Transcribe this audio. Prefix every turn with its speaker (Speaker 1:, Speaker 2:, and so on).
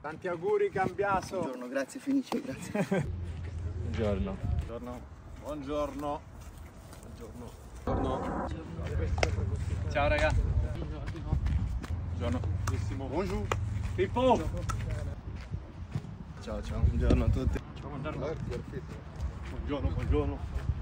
Speaker 1: Tanti auguri Cambiaso.
Speaker 2: Buongiorno, grazie Fenice, grazie.
Speaker 3: Buongiorno.
Speaker 1: Buongiorno. Buongiorno.
Speaker 3: Ciao raga.
Speaker 1: Buongiorno.
Speaker 3: Pippo.
Speaker 2: Ciao ciao, buongiorno a tutti.
Speaker 1: Buongiorno, buongiorno.